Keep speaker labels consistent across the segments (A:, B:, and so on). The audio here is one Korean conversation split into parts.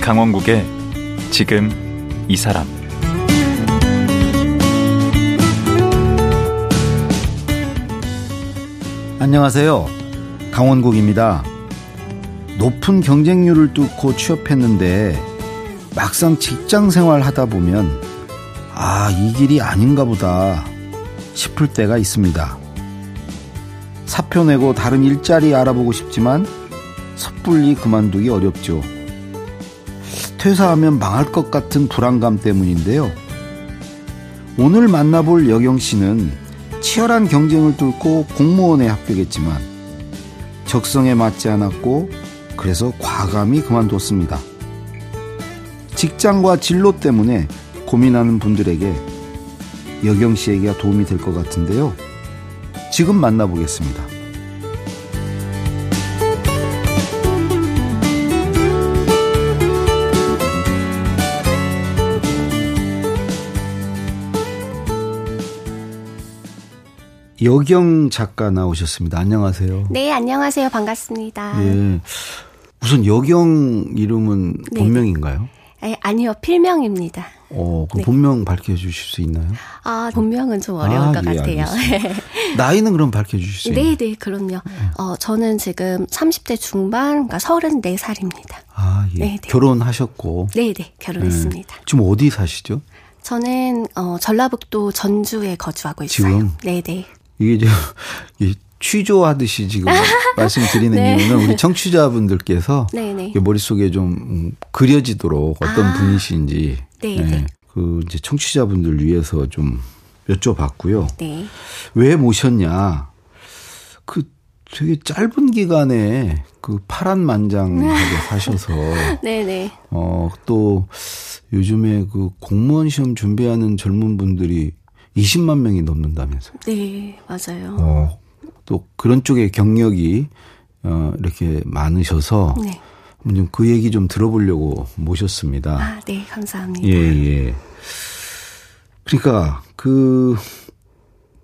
A: 강원국의 지금 이 사람
B: 안녕하세요. 강원국입니다. 높은 경쟁률을 뚫고 취업했는데 막상 직장 생활 하다 보면 아, 이 길이 아닌가 보다 싶을 때가 있습니다. 사표 내고 다른 일자리 알아보고 싶지만 섣불리 그만두기 어렵죠. 퇴사하면 망할 것 같은 불안감 때문인데요. 오늘 만나볼 여경 씨는 치열한 경쟁을 뚫고 공무원에 합격했지만 적성에 맞지 않았고 그래서 과감히 그만뒀습니다. 직장과 진로 때문에 고민하는 분들에게 여경 씨 얘기가 도움이 될 것 같은데요. 지금 만나보겠습니다. 여경 작가 나오셨습니다. 안녕하세요.
C: 네, 안녕하세요. 반갑습니다.
B: 예. 우선 여경 이름은
C: 네.
B: 본명인가요?
C: 에, 아니요, 필명입니다.
B: 어, 그럼
C: 네.
B: 본명 밝혀주실 수 있나요?
C: 아, 본명은 좀 어려울
B: 아,
C: 것
B: 예,
C: 같아요.
B: 알겠습니다. 예. 나이는 그럼 밝혀주실 수 있나요?
C: 네, 네, 그럼요. 어, 저는 지금 30대 중반, 그러니까 34살입니다.
B: 아, 예.
C: 네, 네.
B: 결혼하셨고.
C: 네, 네, 결혼했습니다.
B: 예. 지금 어디 사시죠?
C: 저는 어, 전라북도 전주에 거주하고 있어요.
B: 지금?
C: 네, 네.
B: 이게 저 이게 취조하듯이 지금 말씀드리는
C: 네.
B: 이유는 우리 청취자분들께서
C: 네, 네.
B: 이게 머릿속에 좀 음, 그려지도록 어떤
C: 아.
B: 분이신지
C: 네,
B: 예.
C: 네.
B: 그 이제 청취자분들 위해서 좀 여쭤봤고요.
C: 네.
B: 왜 모셨냐? 그 되게 짧은 기간에 그 파란만장하게 사셔서
C: 네, 네.
B: 어 또 요즘에 그 공무원 시험 준비하는 젊은 분들이 20만 명이 넘는다면서요.
C: 네, 맞아요.
B: 어, 또 그런 쪽의 경력이 어, 이렇게 많으셔서
C: 네.
B: 좀그 얘기 좀 들어보려고 모셨습니다.
C: 아, 네, 감사합니다.
B: 예, 예. 그러니까 그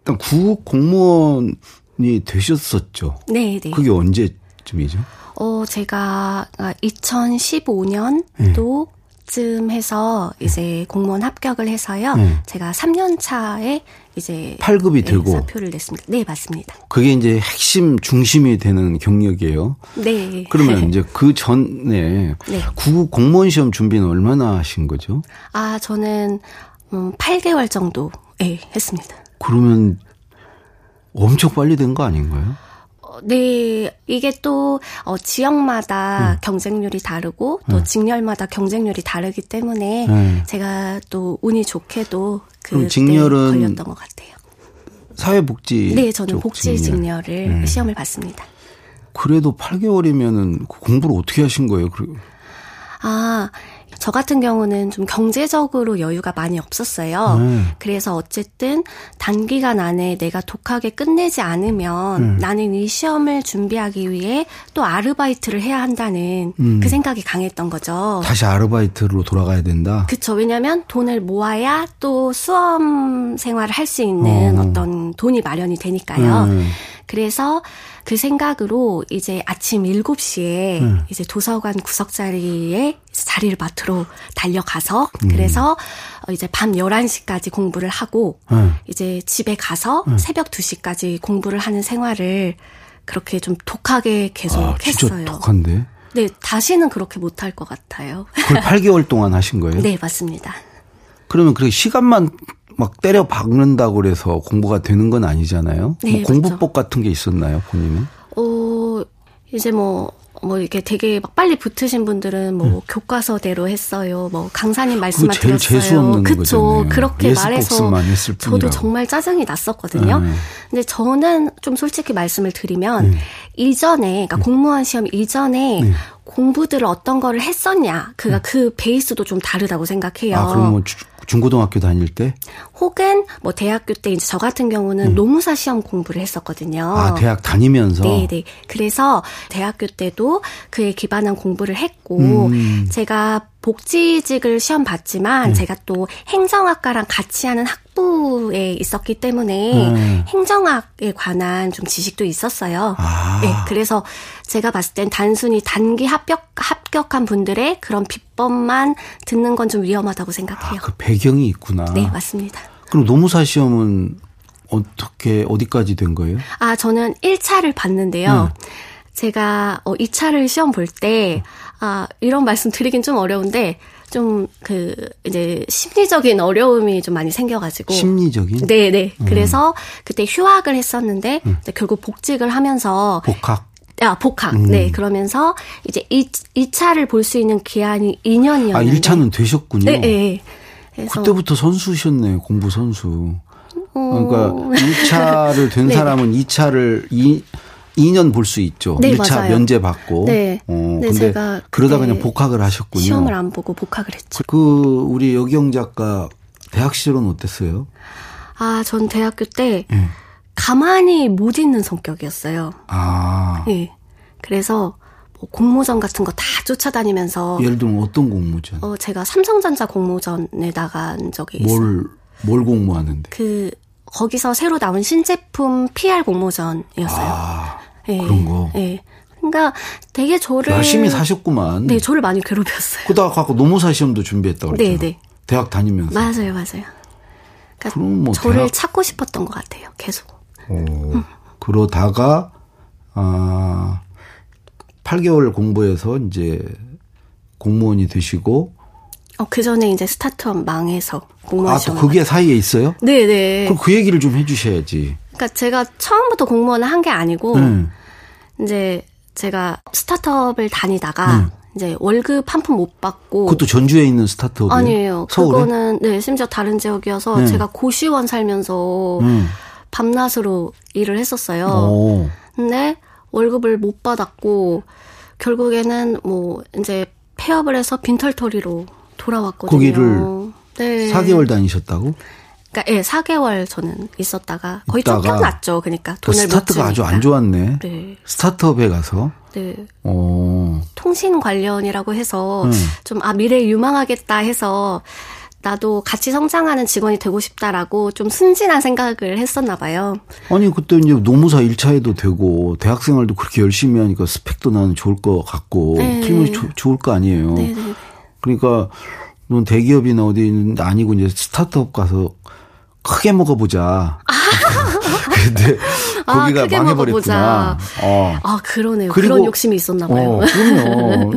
B: 일단 구 공무원이 되셨었죠.
C: 네, 네.
B: 그게 언제쯤이죠?
C: 어, 제가
B: 음.
C: 2015년도 쯤 해서 이제 공무원 합격을 해서요.
B: 네.
C: 제가 3년 차에 이제 네,
B: 8급이 되고
C: 사표를 냈습니다. 네, 맞습니다.
B: 그게 이제 핵심 중심이 되는 경력이에요.
C: 네.
B: 그러면 이제 그 전에
C: 네.
B: 구 공무원 시험 준비는 얼마나 하신 거죠?
C: 아, 저는 음, 8개월 정도 예, 했습니다.
B: 그러면 엄청 빨리 된 거 아닌가요?
C: 어, 네, 이게 또 어, 지역마다
B: 음.
C: 경쟁률이 다르고 또 직렬마다 경쟁률이 다르기 때문에
B: 네.
C: 제가 또 운이 좋게도
B: 그럼
C: 그
B: 직렬은
C: 걸렸던 것 같아요.
B: 사회복지
C: 네, 저는
B: 예, 쪽
C: 복지
B: 직렬.
C: 직렬을 시험을 봤습니다.
B: 그래도 8개월이면은 공부를 어떻게 하신 거예요? 그
C: 아, 저 같은 경우는 좀 경제적으로 여유가 많이 없었어요.
B: 네.
C: 그래서 어쨌든 단기간 안에 내가 독하게 끝내지 않으면 나는 이 시험을 준비하기 위해 또 아르바이트를 해야 한다는 그 생각이 강했던 거죠.
B: 다시 아르바이트로 돌아가야 된다.
C: 어. 그쵸. 왜냐면 돈을 모아야 또 수험 생활을 할 수 있는
B: 어.
C: 어. 떤 돈이 마련이 되니까요.
B: 네.
C: 그래서 그 생각으로 이제 아침 7시에
B: 음.
C: 이제 도서관 구석 자리에 자리를 맡으러 달려가서
B: 음.
C: 그래서 어, 이제 밤 11시까지 공부를 하고
B: 네.
C: 이제 집에 가서
B: 음.
C: 새벽 2시까지 공부를 하는 생활을 그렇게 좀 독하게 계속
B: 아, 진짜
C: 했어요.
B: 독한데.
C: 네, 다시는 그렇게 못할 것 같아요.
B: 그걸 8개월 동안 하신 거예요?
C: 네, 맞습니다.
B: 그러면 그 시간만 막 때려 박는다고 그래서 공부가 되는 건 아니잖아요.
C: 네,
B: 뭐
C: 맞죠.
B: 공부법 같은 게 있었나요, 본인은?
C: 어, 이제 뭐, 뭐 이렇게 되게 막 빨리 붙으신 분들은 뭐 교과서대로 했어요. 뭐 강사님 말씀만
B: 네. 제일
C: 들었어요.
B: 재수 없는
C: 그쵸.
B: 거잖아요.
C: 그렇게
B: 예습
C: 말해서
B: 복습만 했을
C: 저도
B: 뿐이라고.
C: 정말 짜증이 났었거든요.
B: 네.
C: 근데 저는 좀 솔직히 말씀을 드리면 이전에
B: 네.
C: 그러니까 공무원 시험 이전에 공부들을 어떤 거를 했었냐 그가 그 베이스도 좀 다르다고
B: 네.
C: 생각해요.
B: 아, 그럼 뭐 주- 중고등학교 다닐 때?
C: 혹은 뭐 대학교 때 이제 저 같은 경우는 노무사 시험 공부를 했었거든요.
B: 네. 아, 대학 다니면서?
C: 어. 네, 네.
B: 음.
C: 그래서 대학교 때도 그에 기반한 공부를 했고 제가 복지직을 시험
B: 네.
C: 봤지만 제가 또 행정학과랑 같이 하는 학부에 있었기 때문에
B: 음.
C: 행정학에 관한 좀 지식도 있었어요.
B: 아.
C: 네, 그래서 제가 봤을 땐 단순히 단기 합격 합격한 분들의 그런 비법만 듣는 건 좀 위험하다고
B: 아,
C: 생각해요.
B: 그 배경이 있구나.
C: 네, 맞습니다.
B: 그럼 노무사 시험은 어떻게 어디까지 된 거예요?
C: 아, 저는 1차를 봤는데요.
B: 음.
C: 제가 어, 2차를 시험 볼 때, 아, 이런 말씀 드리긴 좀 어려운데, 좀, 그, 이제, 심리적인 어려움이 좀 많이 생겨가지고.
B: 심리적인
C: 뭐
B: 음.
C: 네네. 그래서 그때 휴학을 했었는데, 근데 결국 복직을 하면서,
B: 복학. 음.
C: 아, 복학. 네. 그러면서 이제 2, 이차를 볼 수 있는 기한이 2년이었는데.
B: 아, 1차는 되셨군요.
C: 네, 네. 그래서
B: 그때부터 선수셨네요. 공부 선수.
C: 어,
B: 그러니까 1차를 된
C: 네.
B: 사람은 2차를 2, 2년 볼 수 있죠.
C: 네,
B: 1차
C: 맞아요.
B: 면제 받고.
C: 네.
B: 어,
C: 네,
B: 근데
C: 제가
B: 그러다
C: 그때
B: 그냥 복학을 하셨군요.
C: 시험을 안 보고 복학을 했죠.
B: 그 우리 여경 작가 대학 시절은 어땠어요?
C: 아, 전 대학교 때
B: 예.
C: 가만히 못 있는 성격이었어요.
B: 아.
C: 예. 그래서 뭐 공모전 같은 거 다 쫓아다니면서
B: 예를 들면 어떤 공모전?
C: 어 제가 삼성전자 공모전에 나간 적이 있어요.
B: 뭘, 뭘 공모하는데?
C: 그 거기서 새로 나온 신제품 PR 공모전이었어요.
B: 아,
C: 예.
B: 그런 거.
C: 예. 그러니까 되게 저를
B: 열심히 사셨구만.
C: 네, 저를 많이 괴롭혔어요.
B: 그러다가 갖고 노무사 시험도 준비했다고 그랬잖아.
C: 네, 네.
B: 대학 다니면서.
C: 맞아요, 맞아요. 그러니까
B: 그럼 뭐
C: 저를
B: 대학-
C: 찾고 싶었던 것 같아요. 계속.
B: 어, 그러다가 아 8개월 공부해서 이제 공무원이 되시고
C: 어, 그 전에 이제 스타트업 망해서 공무원
B: 아 또
C: 시험.
B: 그게 사이에 있어요?
C: 네, 네.
B: 그럼 그 얘기를 좀 해주셔야지. 네.
C: 그러니까 제가 처음부터 공무원을 한 게 아니고
B: 응.
C: 이제 제가 스타트업을 다니다가 이제 월급 한 푼 못 받고
B: 네. 그것도 전주에 있는 스타트업이에요?
C: 아니에요.
B: 서울에?
C: 그거는 네 심지어 다른 지역이어서
B: 네.
C: 제가 고시원 살면서
B: 응.
C: 밤낮으로 일을 했었어요.
B: 오.
C: 근데 월급을 못 받았고 결국에는 뭐 이제 폐업을 해서 빈털터리로 돌아왔거든요.
B: 거기를
C: 네.
B: 4개월 다니셨다고?
C: 그러니까 예, 4개월 저는 있었다가 거의
B: 있다가.
C: 쫓겨났죠. 그러니까
B: 그
C: 돈을 못
B: 스타트가 아주
C: 주니까.
B: 안 좋았네.
C: 네.
B: 스타트업에 가서
C: 네.
B: 어.
C: 통신 관련이라고 해서
B: 음.
C: 좀 아 미래 유망하겠다 해서 나도 같이 성장하는 직원이 되고 싶다라고 좀 순진한 생각을 했었나 봐요.
B: 아니 그때 이제 노무사 1차에도 되고 대학생활도 그렇게 열심히 하니까 스펙도 나는 좋을 것 같고
C: 네.
B: 팀이 조- 좋을 거 아니에요.
C: 네, 네.
B: 그러니까 넌 대기업이나 어디 있는 아니고 이제 스타트업 가서 크게 먹어보자. 근데
C: 아,
B: 거기가
C: 크게
B: 망해버렸구나.
C: 먹어보자.
B: 어.
C: 아, 그러네요.
B: 그리고-
C: 그런 욕심이 있었나
B: 어,
C: 봐요.
B: 그럼요.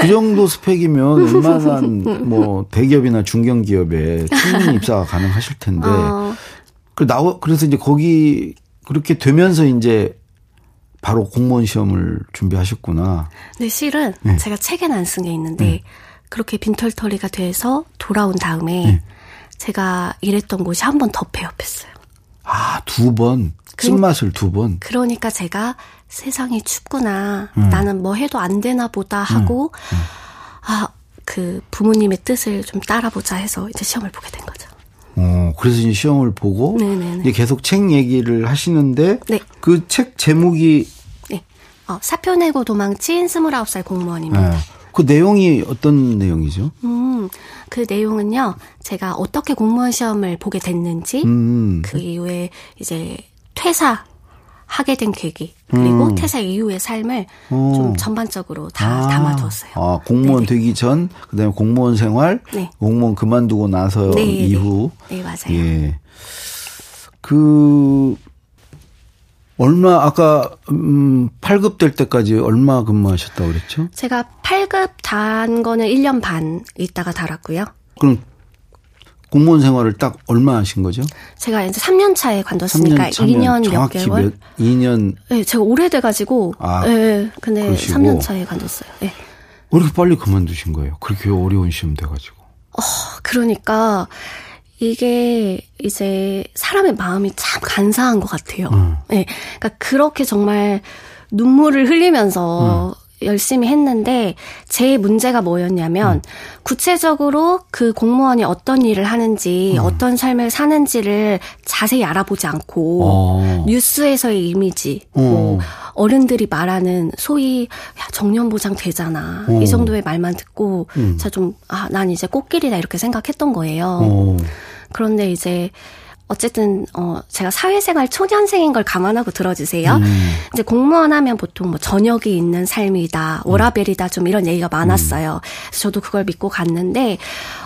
B: 그 정도 스펙이면 웬만한 뭐 대기업이나 중견 기업에 충분히 입사가 가능하실 텐데.
C: 어,
B: 그 나와 그래서 이제 거기 그렇게 되면서 이제 바로 공무원 시험을 준비하셨구나.
C: 근데 실은
B: 음.
C: 제가 책의 난승에 있는데 그렇게 빈털터리가 돼서 돌아온 다음에 제가 일했던 곳이 한 번 더 폐업했어요.
B: 아, 두 번. 쓴맛을 두 번.
C: 그러니까 제가 세상이 춥구나.
B: 음.
C: 나는 뭐 해도 안 되나 보다 하고, 아, 그 부모님의 뜻을 좀 따라보자 해서 이제 시험을 보게 된 거죠.
B: 어, 그래서 이제 시험을 보고
C: 네네네.
B: 이제 계속 책 얘기를 하시는데
C: 네.
B: 그 책 제목이
C: 네. 어, 사표 내고 도망친 29살 공무원입니다.
B: 예, 그 내용이 어떤 내용이죠?
C: 음, 그 내용은요, 제가 어떻게 공무원 시험을 보게 됐는지,
B: 음.
C: 그 이후에 이제 퇴사, 하게 된 계기 그리고 퇴사 이후의 삶을
B: 어.
C: 좀 전반적으로 다
B: 음. 아.
C: 담아두었어요.
B: 아, 공무원 되기 전, 그다음에 공무원 생활,
C: 네.
B: 공무원 그만두고 나서
C: 네,
B: 이후
C: 네, 맞아요.
B: 예. 그 얼마 아까 음 8급 될 때까지 얼마 근무하셨다고 그랬죠?
C: 제가 8급 단 거는 1년 반 있다가 달았고요.
B: 그럼 공무원 생활을 딱 얼마 하신 거죠?
C: 제가 이제 3년 차에 관뒀으니까
B: 3년 차면
C: 2년 몇
B: 정확히
C: 개월.
B: 몇 2년
C: 네, 제가 오래돼가지고,
B: 아,
C: 예, 근데
B: 그러시고.
C: 3년 차에 관뒀어요. 예.
B: 왜 이렇게 빨리 그만두신 거예요? 그렇게 어려운 시험 돼 가지고.
C: 아, 그러니까 이게 이제 사람의 마음이 참 네. 간사한 것 같아요. 예, 그러니까 그렇게 정말 눈물을 흘리면서 열심히 했는데 제 문제가 뭐였냐면 구체적으로 그 공무원이 어떤 일을 하는지 어떤 삶을 사는지를 자세히 알아보지 않고
B: 어.
C: 뉴스에서의 이미지 뭐 어른들이 말하는 소위 야, 정년 보장 되잖아
B: 어.
C: 이 정도의 말만 듣고
B: 음.
C: 자 좀아난 이제 꽃길이다 이렇게 생각했던 거예요.
B: 어.
C: 그런데 이제 어쨌든 어 제가 사회생활 초년생인 걸 감안하고 들어주세요.
B: 음.
C: 이제 공무원 하면 보통 뭐 저녁이 있는 삶이다, 워라벨이다 좀 이런 얘기가 많았어요. 그래서 저도 그걸 믿고 갔는데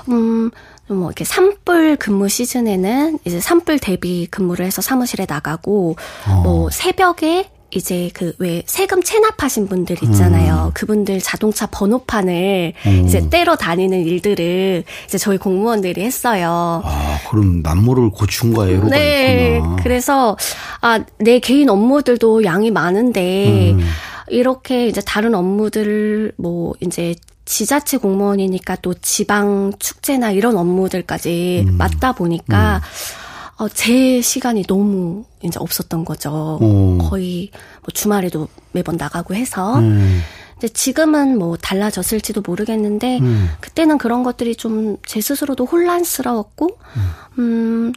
C: 음. 뭐 이렇게 산불 근무 시즌에는 이제 산불 대비 근무를 해서 사무실에 나가고
B: 어.
C: 뭐 새벽에 이제 그 왜 세금 체납하신 분들 있잖아요.
B: 음.
C: 그분들 자동차 번호판을 이제 떼러 다니는 일들을 이제 저희 공무원들이 했어요.
B: 아, 그럼 남모를 고충 과 애로가
C: 네,
B: 있구나.
C: 그래서 아 내 개인 업무들도 양이 많은데
B: 음.
C: 이렇게 이제 다른 업무들 뭐 이제 지자체 공무원이니까 또 지방 축제나 이런 업무들까지
B: 음.
C: 맡다 보니까 어, 제 시간이 너무 이제 없었던 거죠.
B: 어.
C: 거의 뭐 주말에도 매번 나가고 해서
B: 음.
C: 근데 지금은 뭐 달라졌을지도 모르겠는데
B: 음.
C: 그때는 그런 것들이 좀 제 스스로도 혼란스러웠고 음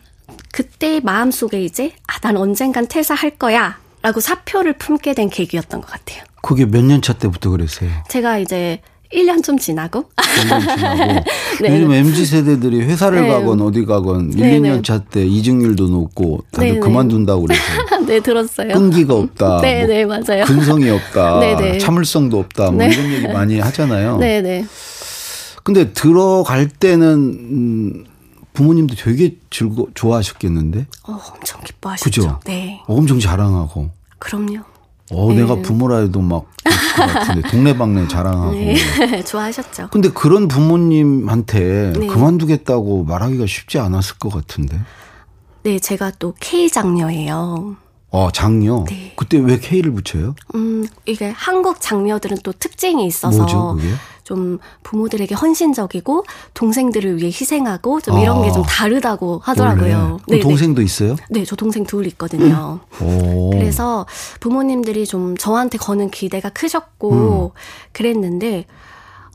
C: 그때 마음속에 이제 아 난 언젠간 퇴사할 거야라고 사표를 품게 된 계기였던 것 같아요.
B: 그게 몇 년 차 때부터 그랬어요.
C: 제가 이제 1년 좀 지나고
B: 몇년 지나고.
C: 네.
B: 요즘 MZ 세대들이 회사를
C: 네.
B: 가건 어디 가건 1,
C: 네,
B: 2년
C: 네.
B: 차 때 이직률도 높고 다들
C: 네, 네.
B: 그만둔다고 그래서
C: 네 들었어요.
B: 끈기가 없다. 뭐
C: 네, 네, 맞아요.
B: 근성이 없다.
C: 네, 네.
B: 참을성도 없다. 뭐
C: 네.
B: 이런 얘기 많이 하잖아요.
C: 네, 네.
B: 근데 들어갈 때는 음, 부모님도 되게 즐거 좋아하셨겠는데.
C: 어, 엄청 기뻐하시죠.
B: 그죠?
C: 네.
B: 엄청 자랑하고.
C: 그럼요.
B: 어,
C: 네.
B: 내가 부모라 해도 막 그럴 것 같은데 동네방네 자랑하고.
C: 네. 좋아하셨죠.
B: 근데 그런 부모님한테
C: 네.
B: 그만두겠다고 말하기가 쉽지 않았을 것 같은데.
C: 네, 제가 또 K 장녀예요.
B: 어, 장녀.
C: 네.
B: 그때 왜 K를 붙여요?
C: 음, 이게 한국 장녀들은 또 특징이 있어서
B: 뭐죠, 그게?
C: 좀 부모들에게 헌신적이고 동생들을 위해 희생하고 좀 이런
B: 아.
C: 게 좀 다르다고
B: 원래.
C: 하더라고요.
B: 그럼 동생도 있어요?
C: 네, 네, 저 동생 둘 있거든요.
B: 오. 어.
C: 그래서 부모님들이 좀 저한테 거는 기대가 크셨고 그랬는데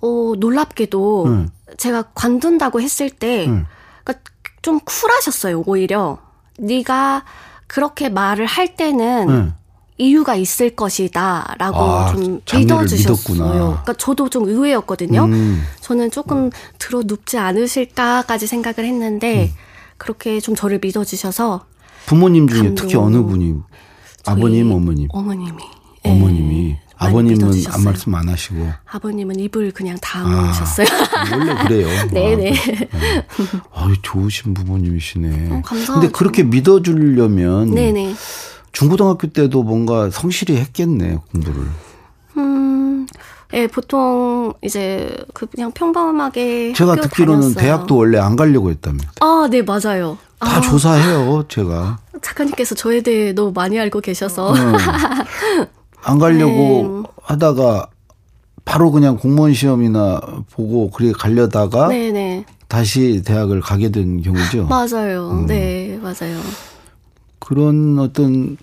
C: 어, 놀랍게도
B: 음.
C: 제가 관둔다고 했을 때
B: 음.
C: 그러니까 좀 쿨하셨어요. 오히려 네가 그렇게 말을 할 때는
B: 응.
C: 이유가 있을 것이다라고
B: 음. 아,
C: 좀
B: 장르를
C: 믿어주셨어요.
B: 믿었구나.
C: 그러니까 저도 좀 의외였거든요.
B: 음.
C: 저는 조금 들어 눕지 않으실까까지 생각을 했는데
B: 음.
C: 그렇게 좀 저를 믿어주셔서
B: 부모님 중에
C: 감동.
B: 특히 어느 분이
C: 저희
B: 아버님, 어머님.
C: 어머님이 예.
B: 어머님이
C: 많이
B: 아버님은
C: 믿어주셨어요.
B: 안 말씀 안 하시고
C: 아버님은 입을 그냥 다물으셨어요.
B: 원래 그래요.
C: 네네.
B: 아, 좋으신 부모님이시네.
C: 어, 감사하죠.
B: 근데 그렇게 믿어주려면
C: 네네.
B: 중고등학교 때도 뭔가 성실히 했겠네 공부를.
C: 음, 예, 보통 이제 그냥 평범하게
B: 제가
C: 네, 학교
B: 듣기로는
C: 다녔어요.
B: 대학도 원래 안 가려고 했다며.
C: 아, 네 맞아요.
B: 다
C: 아,
B: 조사해요, 제가.
C: 작가님께서 저에 대해 너무 많이 알고 계셔서
B: 안 가려고
C: 네.
B: 하다가 바로 그냥 공무원 시험이나 보고 그래 가려다가
C: 네네.
B: 다시 대학을 가게 된 경우죠.
C: 맞아요.
B: 음.
C: 네, 맞아요.
B: 그런 어떤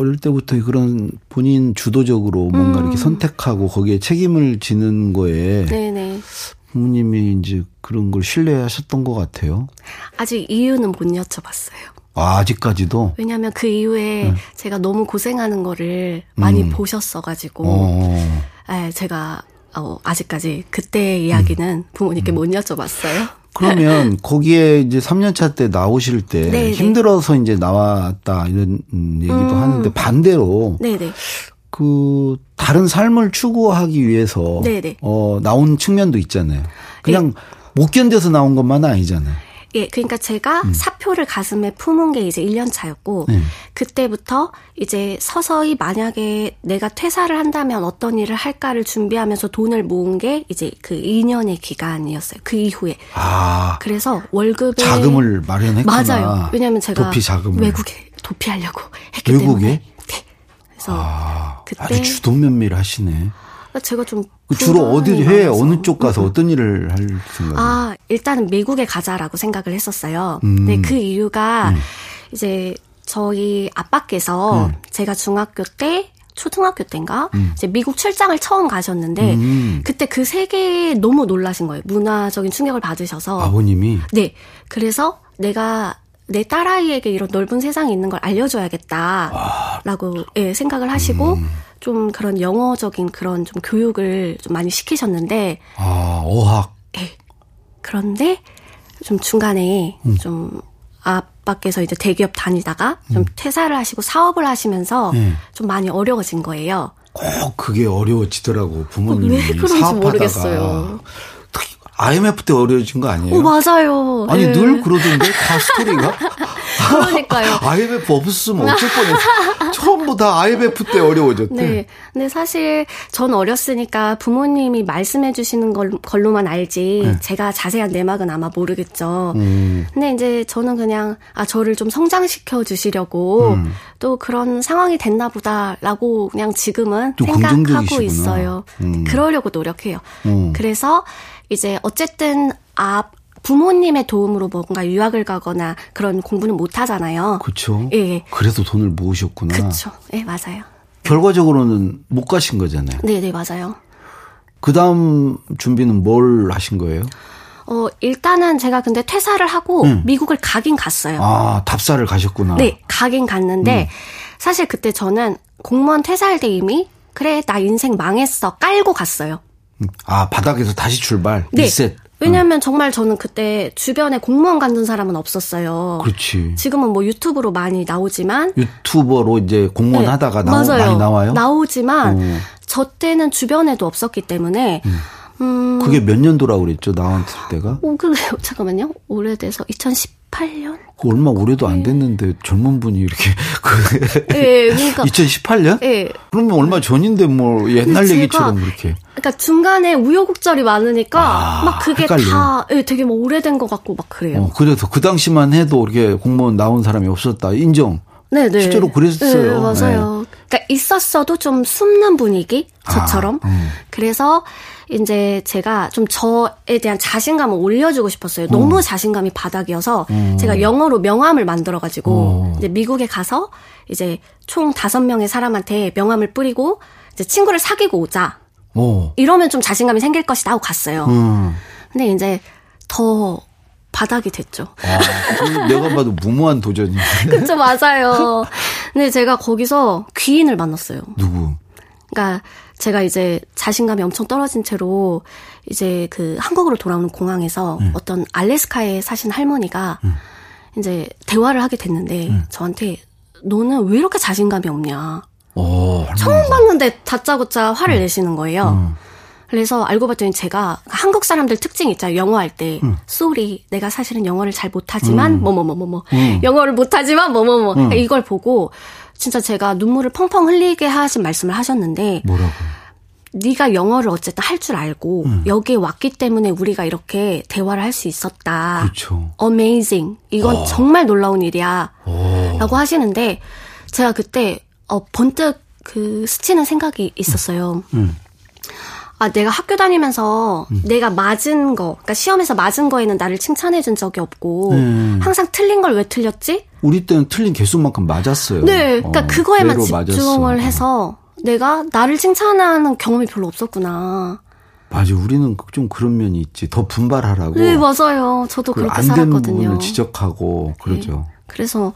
B: 어릴 때부터 그런 본인 주도적으로 뭔가 이렇게 선택하고 거기에 책임을 지는 거에
C: 음. 네네.
B: 부모님이 이제 그런 걸 신뢰하셨던 것 같아요.
C: 아직 이유는 못 여쭤봤어요.
B: 아, 아직까지도.
C: 왜냐하면 그 이후에
B: 네.
C: 제가 너무 고생하는 거를 많이 보셨어가지고,
B: 음. 어.
C: 예, 제가 어, 아직까지 그때 이야기는
B: 음.
C: 부모님께 못 여쭤봤어요.
B: 그러면 거기에 이제 3년차 때 나오실 때
C: 네, 네.
B: 힘들어서 이제 나왔다 이런 음, 얘기도 하는데 반대로
C: 네네.
B: 그 다른 삶을 추구하기 위해서
C: 네, 네.
B: 어 나온 측면도 있잖아요. 그냥 못 견뎌서 나온 것만 아니잖아요.
C: 예, 그러니까 제가 사표를 가슴에 품은 게 이제 1년 차였고,
B: 음. 네.
C: 그때부터 이제 서서히 만약에 내가 퇴사를 한다면 어떤 일을 할까를 준비하면서 돈을 모은 게 이제 그 2년의 기간이었어요. 그 이후에.
B: 아
C: 그래서 월급에
B: 자금을 마련했구나.
C: 네. 맞아요. 왜냐면 제가
B: 도피 자금을
C: 외국에 도피하려고 했기
B: 외국에?
C: 때문에. 네. 그래서
B: 아,
C: 그때
B: 아주 주동면밀 하시네.
C: 제가 좀
B: 그 주로 어디
C: 부담이
B: 해외
C: 많아서. 음.
B: 어느 쪽 가서 어떤 일을 할 생각이에요?
C: 아, 일단은 미국에 가자라고 생각을 했었어요.
B: 음.
C: 근데 그
B: 음.
C: 이유가 이제 저희 아빠께서 제가 중학교 때 초등학교 때인가 이제 미국 출장을 처음 가셨는데
B: 음.
C: 그때 그 세계에 너무 놀라신 거예요. 문화적인 충격을 받으셔서
B: 아버님이
C: 네. 그래서 내가 내 딸아이에게 이런 넓은 세상이 있는 걸 알려줘야겠다라고
B: 아.
C: 예, 생각을 하시고
B: 음.
C: 좀 그런 영어적인 그런 좀 교육을 좀 많이 시키셨는데
B: 아 어학
C: 그런데 좀 중간에
B: 음.
C: 좀 아빠께서 이제 대기업 다니다가 좀 퇴사를 하시고 사업을 하시면서
B: 음. 예.
C: 좀 많이 어려워진 거예요.
B: 꼭 그게 어려워지더라고 부모님이
C: 왜 그런지
B: 사업하다가.
C: 모르겠어요.
B: 특히 IMF 때 어려워진 거 아니에요?
C: 오 맞아요.
B: 아니
C: 예.
B: 늘 그러던데 다 스토리가
C: 그러니까요.
B: IMF 없었으면 어쩔 뻔했어. 전부 다 IMF 때 어려워졌대.
C: 네. 근데 사실 전 어렸으니까 부모님이 말씀해 주시는 걸, 걸로만 알지
B: 네.
C: 제가 자세한 내막은 아마 모르겠죠.
B: 음,
C: 근데 이제 저는 그냥 아 저를 좀 성장시켜 주시려고
B: 음.
C: 또 그런 상황이 됐나 보다라고 그냥 지금은
B: 좀
C: 생각하고
B: 긍정적이시구나.
C: 있어요. 네,
B: 음.
C: 그러려고 노력해요.
B: 음.
C: 그래서 이제 어쨌든 아 부모님의 도움으로 뭔가 유학을 가거나 그런 공부는 못 하잖아요.
B: 그쵸.
C: 예, 예.
B: 그래서 돈을 모으셨구나.
C: 그쵸. 예, 맞아요.
B: 결과적으로는 못 가신 거잖아요.
C: 네, 네, 맞아요.
B: 그 다음 준비는 뭘 하신 거예요?
C: 어, 일단은 제가 근데 퇴사를 하고 미국을 가긴 갔어요.
B: 음. 아, 음. 답사를 가셨구나.
C: 네, 가긴 갔는데 사실 그때 저는 공무원 퇴사할 때 이미 그래, 나 인생 망했어. 깔고 갔어요.
B: 아, 바닥에서 다시 출발.
C: 네.
B: 리셋. 음.
C: 왜냐면 하 정말 저는 그때 주변에 공무원 갔는 사람은 없었어요.
B: 그렇지.
C: 지금은 뭐 유튜브로 많이 나오지만
B: 유튜버로 이제 공무원
C: 네,
B: 하다가 나오,
C: 맞아요.
B: 많이 나와요?
C: 나오지만
B: 오.
C: 저 때는 주변에도 없었기 때문에 음,
B: 그게 몇 년도라고 그랬죠? 나왔을 때가?
C: 오, 그래요. 잠깐만요. 오래돼서 2018년?
B: 얼마 오래도
C: 네.
B: 안 됐는데 젊은 분이 이렇게 그
C: 예, 그러니까
B: 2018년?
C: 예.
B: 그러면 얼마 전인데 뭐 옛날
C: 근데 제가
B: 얘기처럼 그렇게
C: 그러니까 중간에 우여곡절이 많으니까
B: 아,
C: 막 그게
B: 헷갈려.
C: 다 예, 되게 뭐 오래된 것 같고 막 그래요.
B: 어, 그래서 그 당시만 해도 이렇게 공무원 나온 사람이 없었다 인정
C: 네, 네.
B: 실제로 그랬어요.
C: 네, 맞아요. 그러니까 있었어도 좀 숨는 분위기
B: 아,
C: 저처럼.
B: 음.
C: 그래서 이제 제가 좀 저에 대한 자신감을 올려주고 싶었어요. 너무 자신감이 바닥이어서 제가 영어로 명함을 만들어가지고 이제 미국에 가서 이제 총 다섯 명의 사람한테 명함을 뿌리고 이제 친구를 사귀고 오자.
B: 어.
C: 이러면 좀 자신감이 생길 것이다 하고 갔어요.
B: 음.
C: 근데 이제 더 바닥이 됐죠.
B: 아, 그 내가 봐도 무모한 도전인데
C: 그쵸, 맞아요. 근데 제가 거기서 귀인을 만났어요.
B: 누구
C: 그러니까 제가 이제 자신감이 엄청 떨어진 채로 이제 그 한국으로 돌아오는 공항에서 어떤 알래스카에 사신 할머니가 이제 대화를 하게 됐는데 저한테 너는 왜 이렇게 자신감이 없냐.
B: 어, 할머니.
C: 처음 봤는데 다짜고짜
B: 음.
C: 화를 내시는 거예요. 그래서 알고 봤더니 제가 한국 사람들 특징 있잖아요. 영어할 때
B: 음.
C: 쏘리 내가 사실은 영어를 잘 못하지만 뭐뭐뭐뭐뭐
B: 음.
C: 영어를 못하지만 뭐뭐뭐 그러니까 이걸 보고 진짜 제가 눈물을 펑펑 흘리게 하신 말씀을 하셨는데
B: 뭐라고
C: 네가 영어를 어쨌든 할 줄 알고
B: 음.
C: 여기에 왔기 때문에 우리가 이렇게 대화를 할 수 있었다.
B: 그렇죠 어.
C: Amazing. 이건 정말 놀라운 일이야. 라고 하시는데, 제가 그때, 어, 번뜩 그 스치는 생각이 있었어요.
B: 음.
C: 아, 내가 학교 다니면서 내가 맞은 거, 그러니까 시험에서 맞은 거에는 나를 칭찬해준 적이 없고,
B: 음.
C: 항상 틀린 걸 왜 틀렸지?
B: 우리 때는 틀린 개수만큼 맞았어요
C: 네, 그러니까
B: 어,
C: 그거에만
B: 외로
C: 집중을
B: 맞았어.
C: 해서 내가 나를 칭찬하는 경험이 별로 없었구나.
B: 맞아 우리는 좀 그런 면이 있지 더 분발하라고
C: 네, 맞아요. 저도
B: 그
C: 그렇게
B: 안 된
C: 살았거든요. 네.
B: 부분을 지적하고 그렇죠. 그러죠
C: 그래서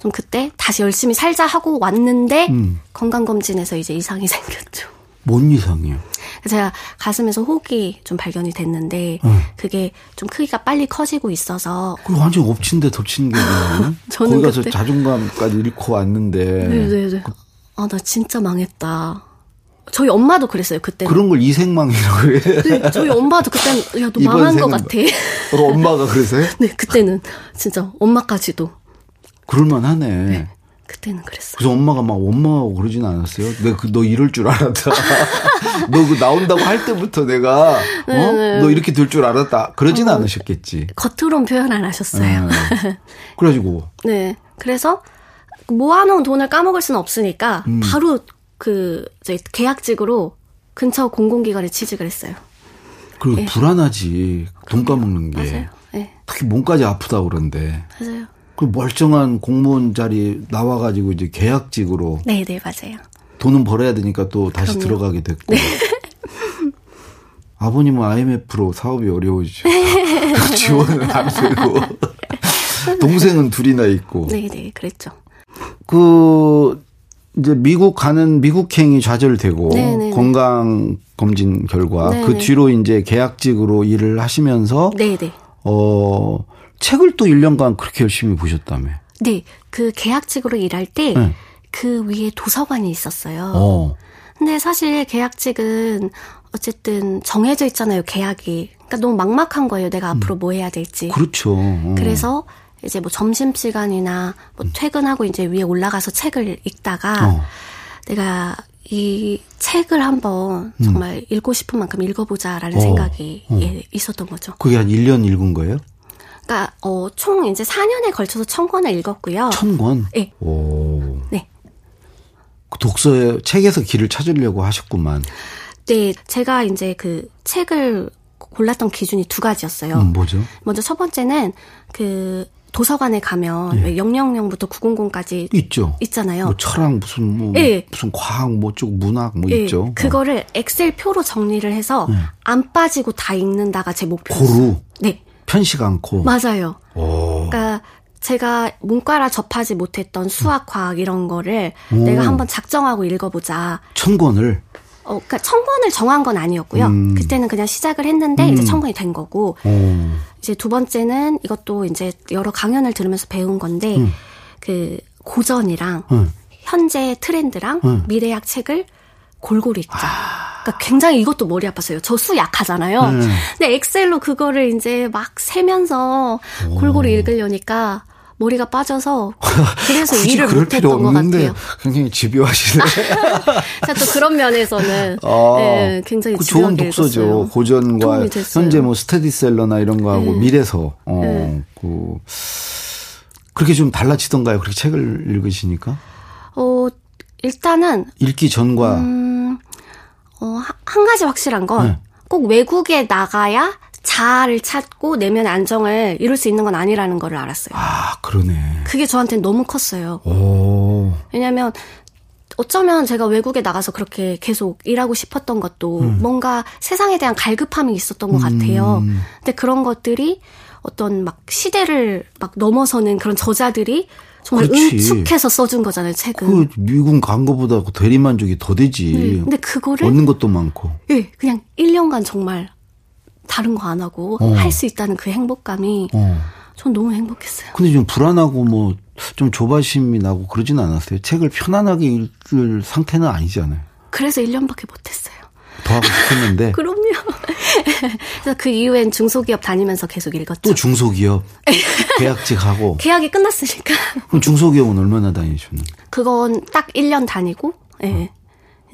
C: 좀 그때 다시 열심히 살자 하고 왔는데
B: 음.
C: 건강검진에서 이제 이상이 생겼죠.
B: 뭔 이상이에요
C: 제가 가슴에서 혹이 좀 발견이 됐는데 그게 좀 크기가 빨리 커지고 있어서
B: 그 완전 엎친데 덮친 게 뭐예요?
C: 저는
B: 거기 가서
C: 그때-
B: 자존감까지 잃고 왔는데
C: 네네네. 아 나 진짜 망했다. 저희 엄마도 그랬어요 그때.
B: 그런 걸 이생망이라고 해.
C: 네, 저희 엄마도 그때는 야너
B: 이번
C: 망한 것
B: 생은
C: 같아.
B: 우리 엄마가 그래서요?
C: 네 그때는 진짜 엄마까지도
B: 그럴만하네.
C: 그때는 그랬어요.
B: 그래서 엄마가 막 원망하고 그러진 않았어요. 내가 그, 너 이럴 줄 알았다. 너 그 나온다고 할 때부터 내가
C: 네,
B: 어? 너 이렇게 될 줄 알았다. 그러진
C: 어.
B: 않으셨겠지.
C: 겉으론 표현 안 하셨어요.
B: 네. 그래가지고
C: 네. 그래서 모아놓은 돈을 까먹을 수는 없으니까 바로 그 저희 계약직으로 근처 공공기관에 취직을 했어요.
B: 그 불안하지. 돈 까먹는 게.
C: 예. 맞아요. 네,
B: 특히 몸까지 아프다 그런데.
C: 맞아요.
B: 그 멀쩡한 공무원 자리 나와가지고 이제 계약직으로
C: 네, 네, 맞아요.
B: 돈은 벌어야 되니까 또 다시
C: 그럼요. 네.
B: 들어가게 됐고. 아버님은 IMF로 사업이 어려워지죠. 그 지원을 안 되고. 동생은 둘이나 있고.
C: 네네 그랬죠.
B: 그 이제 미국 가는 미국행이 좌절되고
C: 네, 네, 네.
B: 건강 검진 결과
C: 네,
B: 그
C: 네.
B: 뒤로 이제 계약직으로 일을 하시면서
C: 네네.
B: 어 책을 또 1년간 그렇게 열심히 보셨다며.
C: 네, 그 계약직으로 일할 때,
B: 네.
C: 그 위에 도서관이 있었어요.
B: 어.
C: 근데 사실 계약직은 어쨌든 정해져 있잖아요, 계약이. 그러니까 너무 막막한 거예요, 내가 앞으로 뭐 해야 될지.
B: 음. 그렇죠. 어.
C: 그래서 이제 뭐 점심시간이나 뭐 퇴근하고 이제 위에 올라가서 책을 읽다가
B: 음. 어.
C: 내가 이 책을 한번 정말 읽고 싶은 만큼 읽어보자라는
B: 음. 어,
C: 생각이
B: 어.
C: 예, 있었던 거죠.
B: 그게 한 1년 읽은 거예요?
C: 그러니까 어, 총 이제 4년에 걸쳐서 천 권을 읽었고요.
B: 천 권.
C: 예.
B: 오.
C: 네.
B: 그 독서의 책에서 길을 찾으려고 하셨구만.
C: 네, 제가 이제 그 책을 골랐던 기준이 두 가지였어요.
B: 음, 뭐죠?
C: 먼저 첫 번째는 그 도서관에 가면 왜 000부터 900까지
B: 있죠.
C: 있잖아요.
B: 예. 뭐 철학 무슨 뭐
C: 예.
B: 무슨 과학 뭐 쪽 문학 뭐
C: 예,
B: 있죠. 예.
C: 그거를 엑셀 표로 정리를 해서 안 빠지고 다 읽는다가 제 목표였어요.
B: 고루
C: 네,
B: 편식 어. 않고.
C: 맞아요.
B: 오.
C: 그러니까 제가 문과라 접하지 못했던 수학, 과학 이런 거를
B: 음. 오.
C: 내가 한번 작정하고 읽어보자.
B: 천 권을.
C: 어, 그러니까 천권을 정한 건 아니었고요.
B: 음.
C: 그때는 그냥 시작을 했는데 이제 천권이 된 거고.
B: 오.
C: 이제 두 번째는 이것도 이제 여러 강연을 들으면서 배운 건데 그 고전이랑
B: 음.
C: 현재 트렌드랑
B: 음. 아.
C: 미래학 책을 골고루 읽자. 그러니까 굉장히 이것도 머리 아팠어요. 저 수 약하잖아요.
B: 네.
C: 근데 엑셀로 그거를 이제 막 세면서 골고루 읽으려니까 머리가 빠져서 그래서
B: 굳이
C: 일을
B: 그럴 필요
C: 못했던 것
B: 없는데
C: 같아요.
B: 굉장히 집요하시네.
C: 제가 또 그런 면에서는
B: 아,
C: 예, 굉장히
B: 그 좋은
C: 집요하게
B: 독서죠.
C: 읽었어요.
B: 고전과
C: 도움이 됐어요. 예.
B: 현재 뭐 스테디셀러나 이런 거하고 미래서 어,
C: 네.
B: 그 그렇게 좀 달라지던가요? 그렇게 책을 읽으시니까
C: 어, 일단은
B: 읽기 전과
C: 음, 어, 하- 한 가지 확실한 건 꼭
B: 네.
C: 외국에 나가야 자아를 찾고 내면 안정을 이룰 수 있는 건 아니라는 걸 알았어요.
B: 아 그러네.
C: 그게 저한테는 너무 컸어요.
B: 오
C: 왜냐면 어쩌면 제가 외국에 나가서 그렇게 계속 일하고 싶었던 것도
B: 음.
C: 뭔가 세상에 대한 갈급함이 있었던 것 같아요.
B: 음.
C: 근데 그런 것들이 어떤 막 시대를 막 넘어서는 그런 저자들이 정말
B: 그렇지.
C: 응축해서 써준 거잖아요, 책은.
B: 그 미군 간 거보다 그 대리만족이 더 되지.
C: 네, 근데 그거를
B: 얻는 것도 많고.
C: 예, 그냥 1년간 정말 다른 거 안 하고
B: 어.
C: 할 수 있다는 그 행복감이
B: 어.
C: 전 너무 행복했어요.
B: 근데 좀 불안하고 뭐 좀 조바심이 나고 그러진 않았어요. 책을 편안하게 읽을 상태는 아니잖아요.
C: 그래서 1년밖에 못했어요.
B: 더 하고 싶었는데
C: 그럼요. 그래서 그 이후엔 중소기업 다니면서 계속 읽었죠.
B: 또 중소기업 계약직 하고
C: 계약이 끝났으니까
B: 그럼 중소기업은 얼마나 다니셨는데?
C: 그건 딱 1년 다니고
B: 어.
C: 예.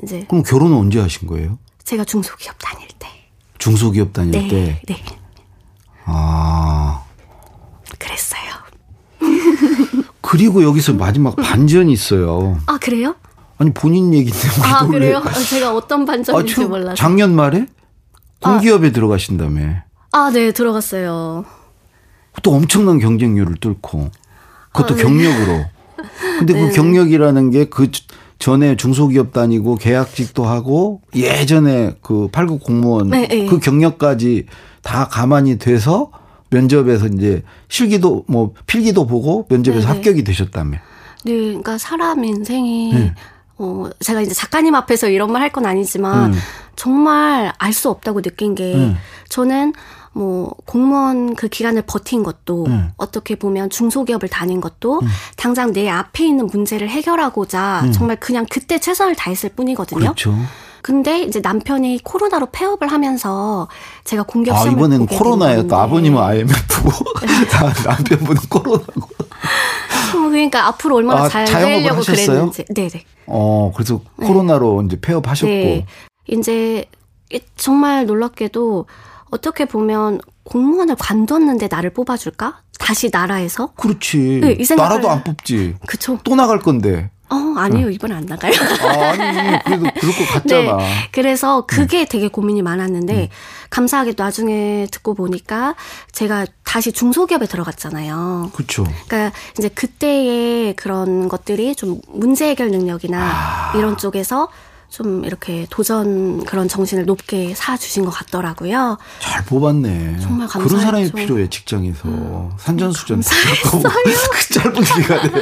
C: 이제
B: 그럼 결혼은 언제 하신 거예요?
C: 제가 중소기업 다닐 때.
B: 중소기업 다닐
C: 네.
B: 때.
C: 네.
B: 아.
C: 그랬어요.
B: 그리고 여기서
C: 음.
B: 마지막 반전이 있어요.
C: 아, 그래요?
B: 아니 본인 얘기인데 뭘
C: 아,
B: 놀래.
C: 그래요? 제가 어떤
B: 아,
C: 반전인지
B: 최-
C: 몰라서.
B: 작년 말에 공기업에 들어가신다며.
C: 아, 네, 들어갔어요.
B: 또 엄청난 경쟁률을 뚫고 그것도
C: 아, 네.
B: 경력으로. 근데 그 경력이라는 게 그 전에 중소기업 다니고 계약직도 하고 예전에 그 8급 공무원
C: 네, 네.
B: 그 경력까지 다 가만히 돼서 면접에서 이제 실기도 뭐 필기도 보고 면접에서
C: 네, 네.
B: 합격이 되셨다며.
C: 네, 그러니까 사람 인생이
B: 네.
C: 어 제가 이제 작가님 앞에서 이런 말 할 건 아니지만
B: 음.
C: 정말 알 수 없다고 느낀 게 저는 뭐 공무원 그 기간을 버틴 것도
B: 음.
C: 어떻게 보면 중소기업을 다닌 것도 당장 내 앞에 있는 문제를 해결하고자 정말 그냥 그때 최선을 다했을
B: 음.
C: 뿐이거든요.
B: 그렇죠.
C: 근데 이제 남편이 코로나로 폐업을 하면서 제가 공격
B: 아,
C: 시험을
B: 이번에는
C: 보게 네. 된
B: 코로나였다.
C: 건데.
B: 아버님은 IMF고 남편분은 코로나고.
C: 어, 그러니까 앞으로 얼마나
B: 아,
C: 잘
B: 자영업을
C: 되려고
B: 하셨어요?
C: 그랬는지. 네, 네.
B: 어, 그래서 코로나로 이제 폐업하셨고.
C: 네. 이제 이- 정말 놀랍게도 어떻게 보면 공무원을 관뒀는데 나를 뽑아줄까? 다시 나라에서?
B: 그렇지.
C: 네, 이 생각을-
B: 나라도 안 뽑지.
C: 그쵸?
B: 또 나갈 건데.
C: 어, 아니요. 이번에 안 나가요.
B: 아, 아니, 그래도 그럴 것 같잖아.
C: 네. 그래서 그게 되게 고민이 많았는데 감사하게도 나중에 듣고 보니까 제가 다시 중소기업에 들어갔잖아요.
B: 그렇죠.
C: 그러니까 이제 그때의 그런 것들이 좀 문제 해결 능력이나
B: 아.
C: 이런 쪽에서 좀 이렇게 도전 그런 정신을 높게 사 주신 것 같더라고요.
B: 잘 뽑았네.
C: 정말
B: 그런 사람이
C: 감사했죠. 음,
B: 필요해 직장에서 산전수전 하고 그 짧은 기간에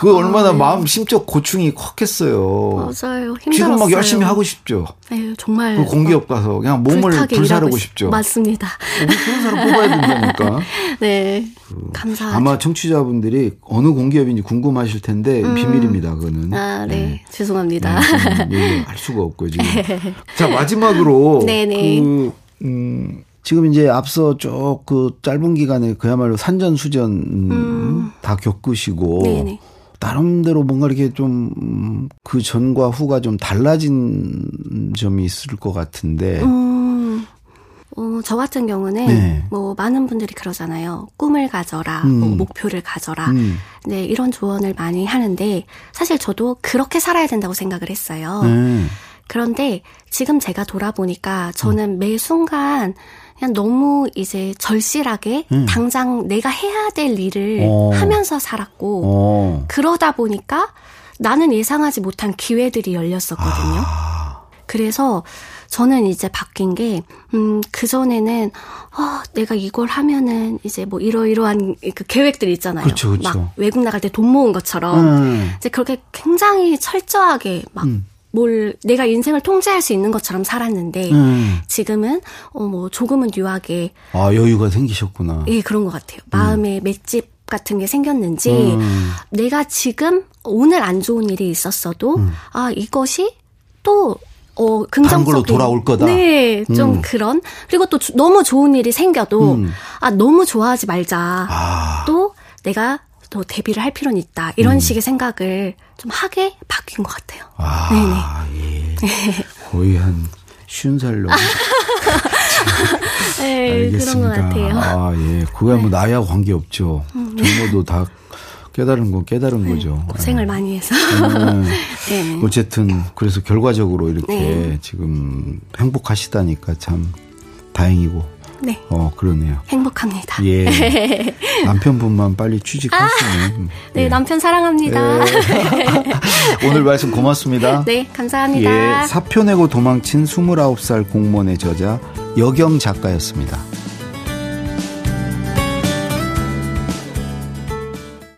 B: 그 얼마나 마음 심적 고충이 컸겠어요.
C: 아, 네. 맞아요. 힘들었어요.
B: 지금 막 열심히 하고 싶죠.
C: 네, 정말
B: 그 공기업 가서 그냥 몸을
C: 불타게
B: 불사르고
C: 일하고 있-
B: 싶죠.
C: 맞습니다.
B: 우리 그런 사람 뽑아야 된다니까.
C: 네, 감사하죠.
B: 그 아마 청취자분들이 어느 공기업인지 궁금하실 텐데 비밀입니다. 그거는.
C: 음. 아, 네,
B: 음,
C: 죄송합니다.
B: 네, 알 수가 없고요 지금. 자 마지막으로
C: 네네.
B: 그 음, 지금 이제 앞서 쭉 그 짧은 기간에 그야말로 산전수전 음, 다 겪으시고
C: 네네.
B: 나름대로 뭔가 이렇게 좀 그 전과 후가 좀 달라진 점이 있을 것 같은데
C: 음, 어, 저 같은 경우는
B: 네.
C: 뭐 많은 분들이 그러잖아요. 꿈을 가져라,
B: 음.
C: 뭐 목표를 가져라.
B: 음.
C: 네, 이런 조언을 많이 하는데 사실 저도 그렇게 살아야 된다고 생각을 했어요.
B: 네.
C: 그런데 지금 제가 돌아보니까 저는 매 순간 그냥 너무 이제 절실하게
B: 음.
C: 당장 내가 해야 될 일을
B: 어.
C: 하면서 살았고
B: 어.
C: 그러다 보니까 나는 예상하지 못한 기회들이 열렸었거든요.
B: 아,
C: 그래서 저는 이제 바뀐 게, 음, 그전에는, 아, 내가 이걸 하면은 이제 뭐 이러이러한 그 계획들 있잖아요.
B: 그쵸, 그쵸.
C: 막 외국 나갈 때 돈 모은 것처럼.
B: 음.
C: 이제 그렇게 굉장히 철저하게 막 뭘,
B: 음.
C: 내가 인생을 통제할 수 있는 것처럼 살았는데,
B: 음.
C: 지금은, 어, 뭐 조금은 유하게,
B: 아 여유가 생기셨구나.
C: 예, 그런 것 같아요. 마음의 맷집 같은 게 생겼는지,
B: 음.
C: 내가 지금 오늘 안 좋은 일이 있었어도 아 이것이 또 어, 긍정적인
B: 걸로 돌아올 음. 거다.
C: 네, 좀
B: 음.
C: 그런 그리고 또 주- 너무 좋은 일이 생겨도
B: 음.
C: 아 너무 좋아하지 말자.
B: 아.
C: 또 내가 또 대비를 할 필요는 있다. 이런
B: 음.
C: 식의 생각을 좀 하게 바뀐 것 같아요.
B: 아, 예. 거의 한 쉬운 살로.
C: 아, 네, 그런
B: 알겠습니다.
C: 것 같아요. 네. 음.
B: 아, 예. 그거야 뭐 나야 관계 없죠. 정모도 다 깨달은 건 깨달은 거죠.
C: 고생을 많이 해서. 네.
B: 예. 어쨌든 그래서 결과적으로 이렇게
C: 네.
B: 지금 행복하시다니까 참 다행이고
C: 네.
B: 어 그러네요.
C: 행복합니다.
B: 예. 남편분만 빨리 취직하시면
C: 네, 남편 사랑합니다.
B: 예. 오늘 말씀 고맙습니다.
C: 아. 네, 감사합니다.
B: 예, 사표 내고 도망친 29살 공무원의 저자 여경 작가였습니다.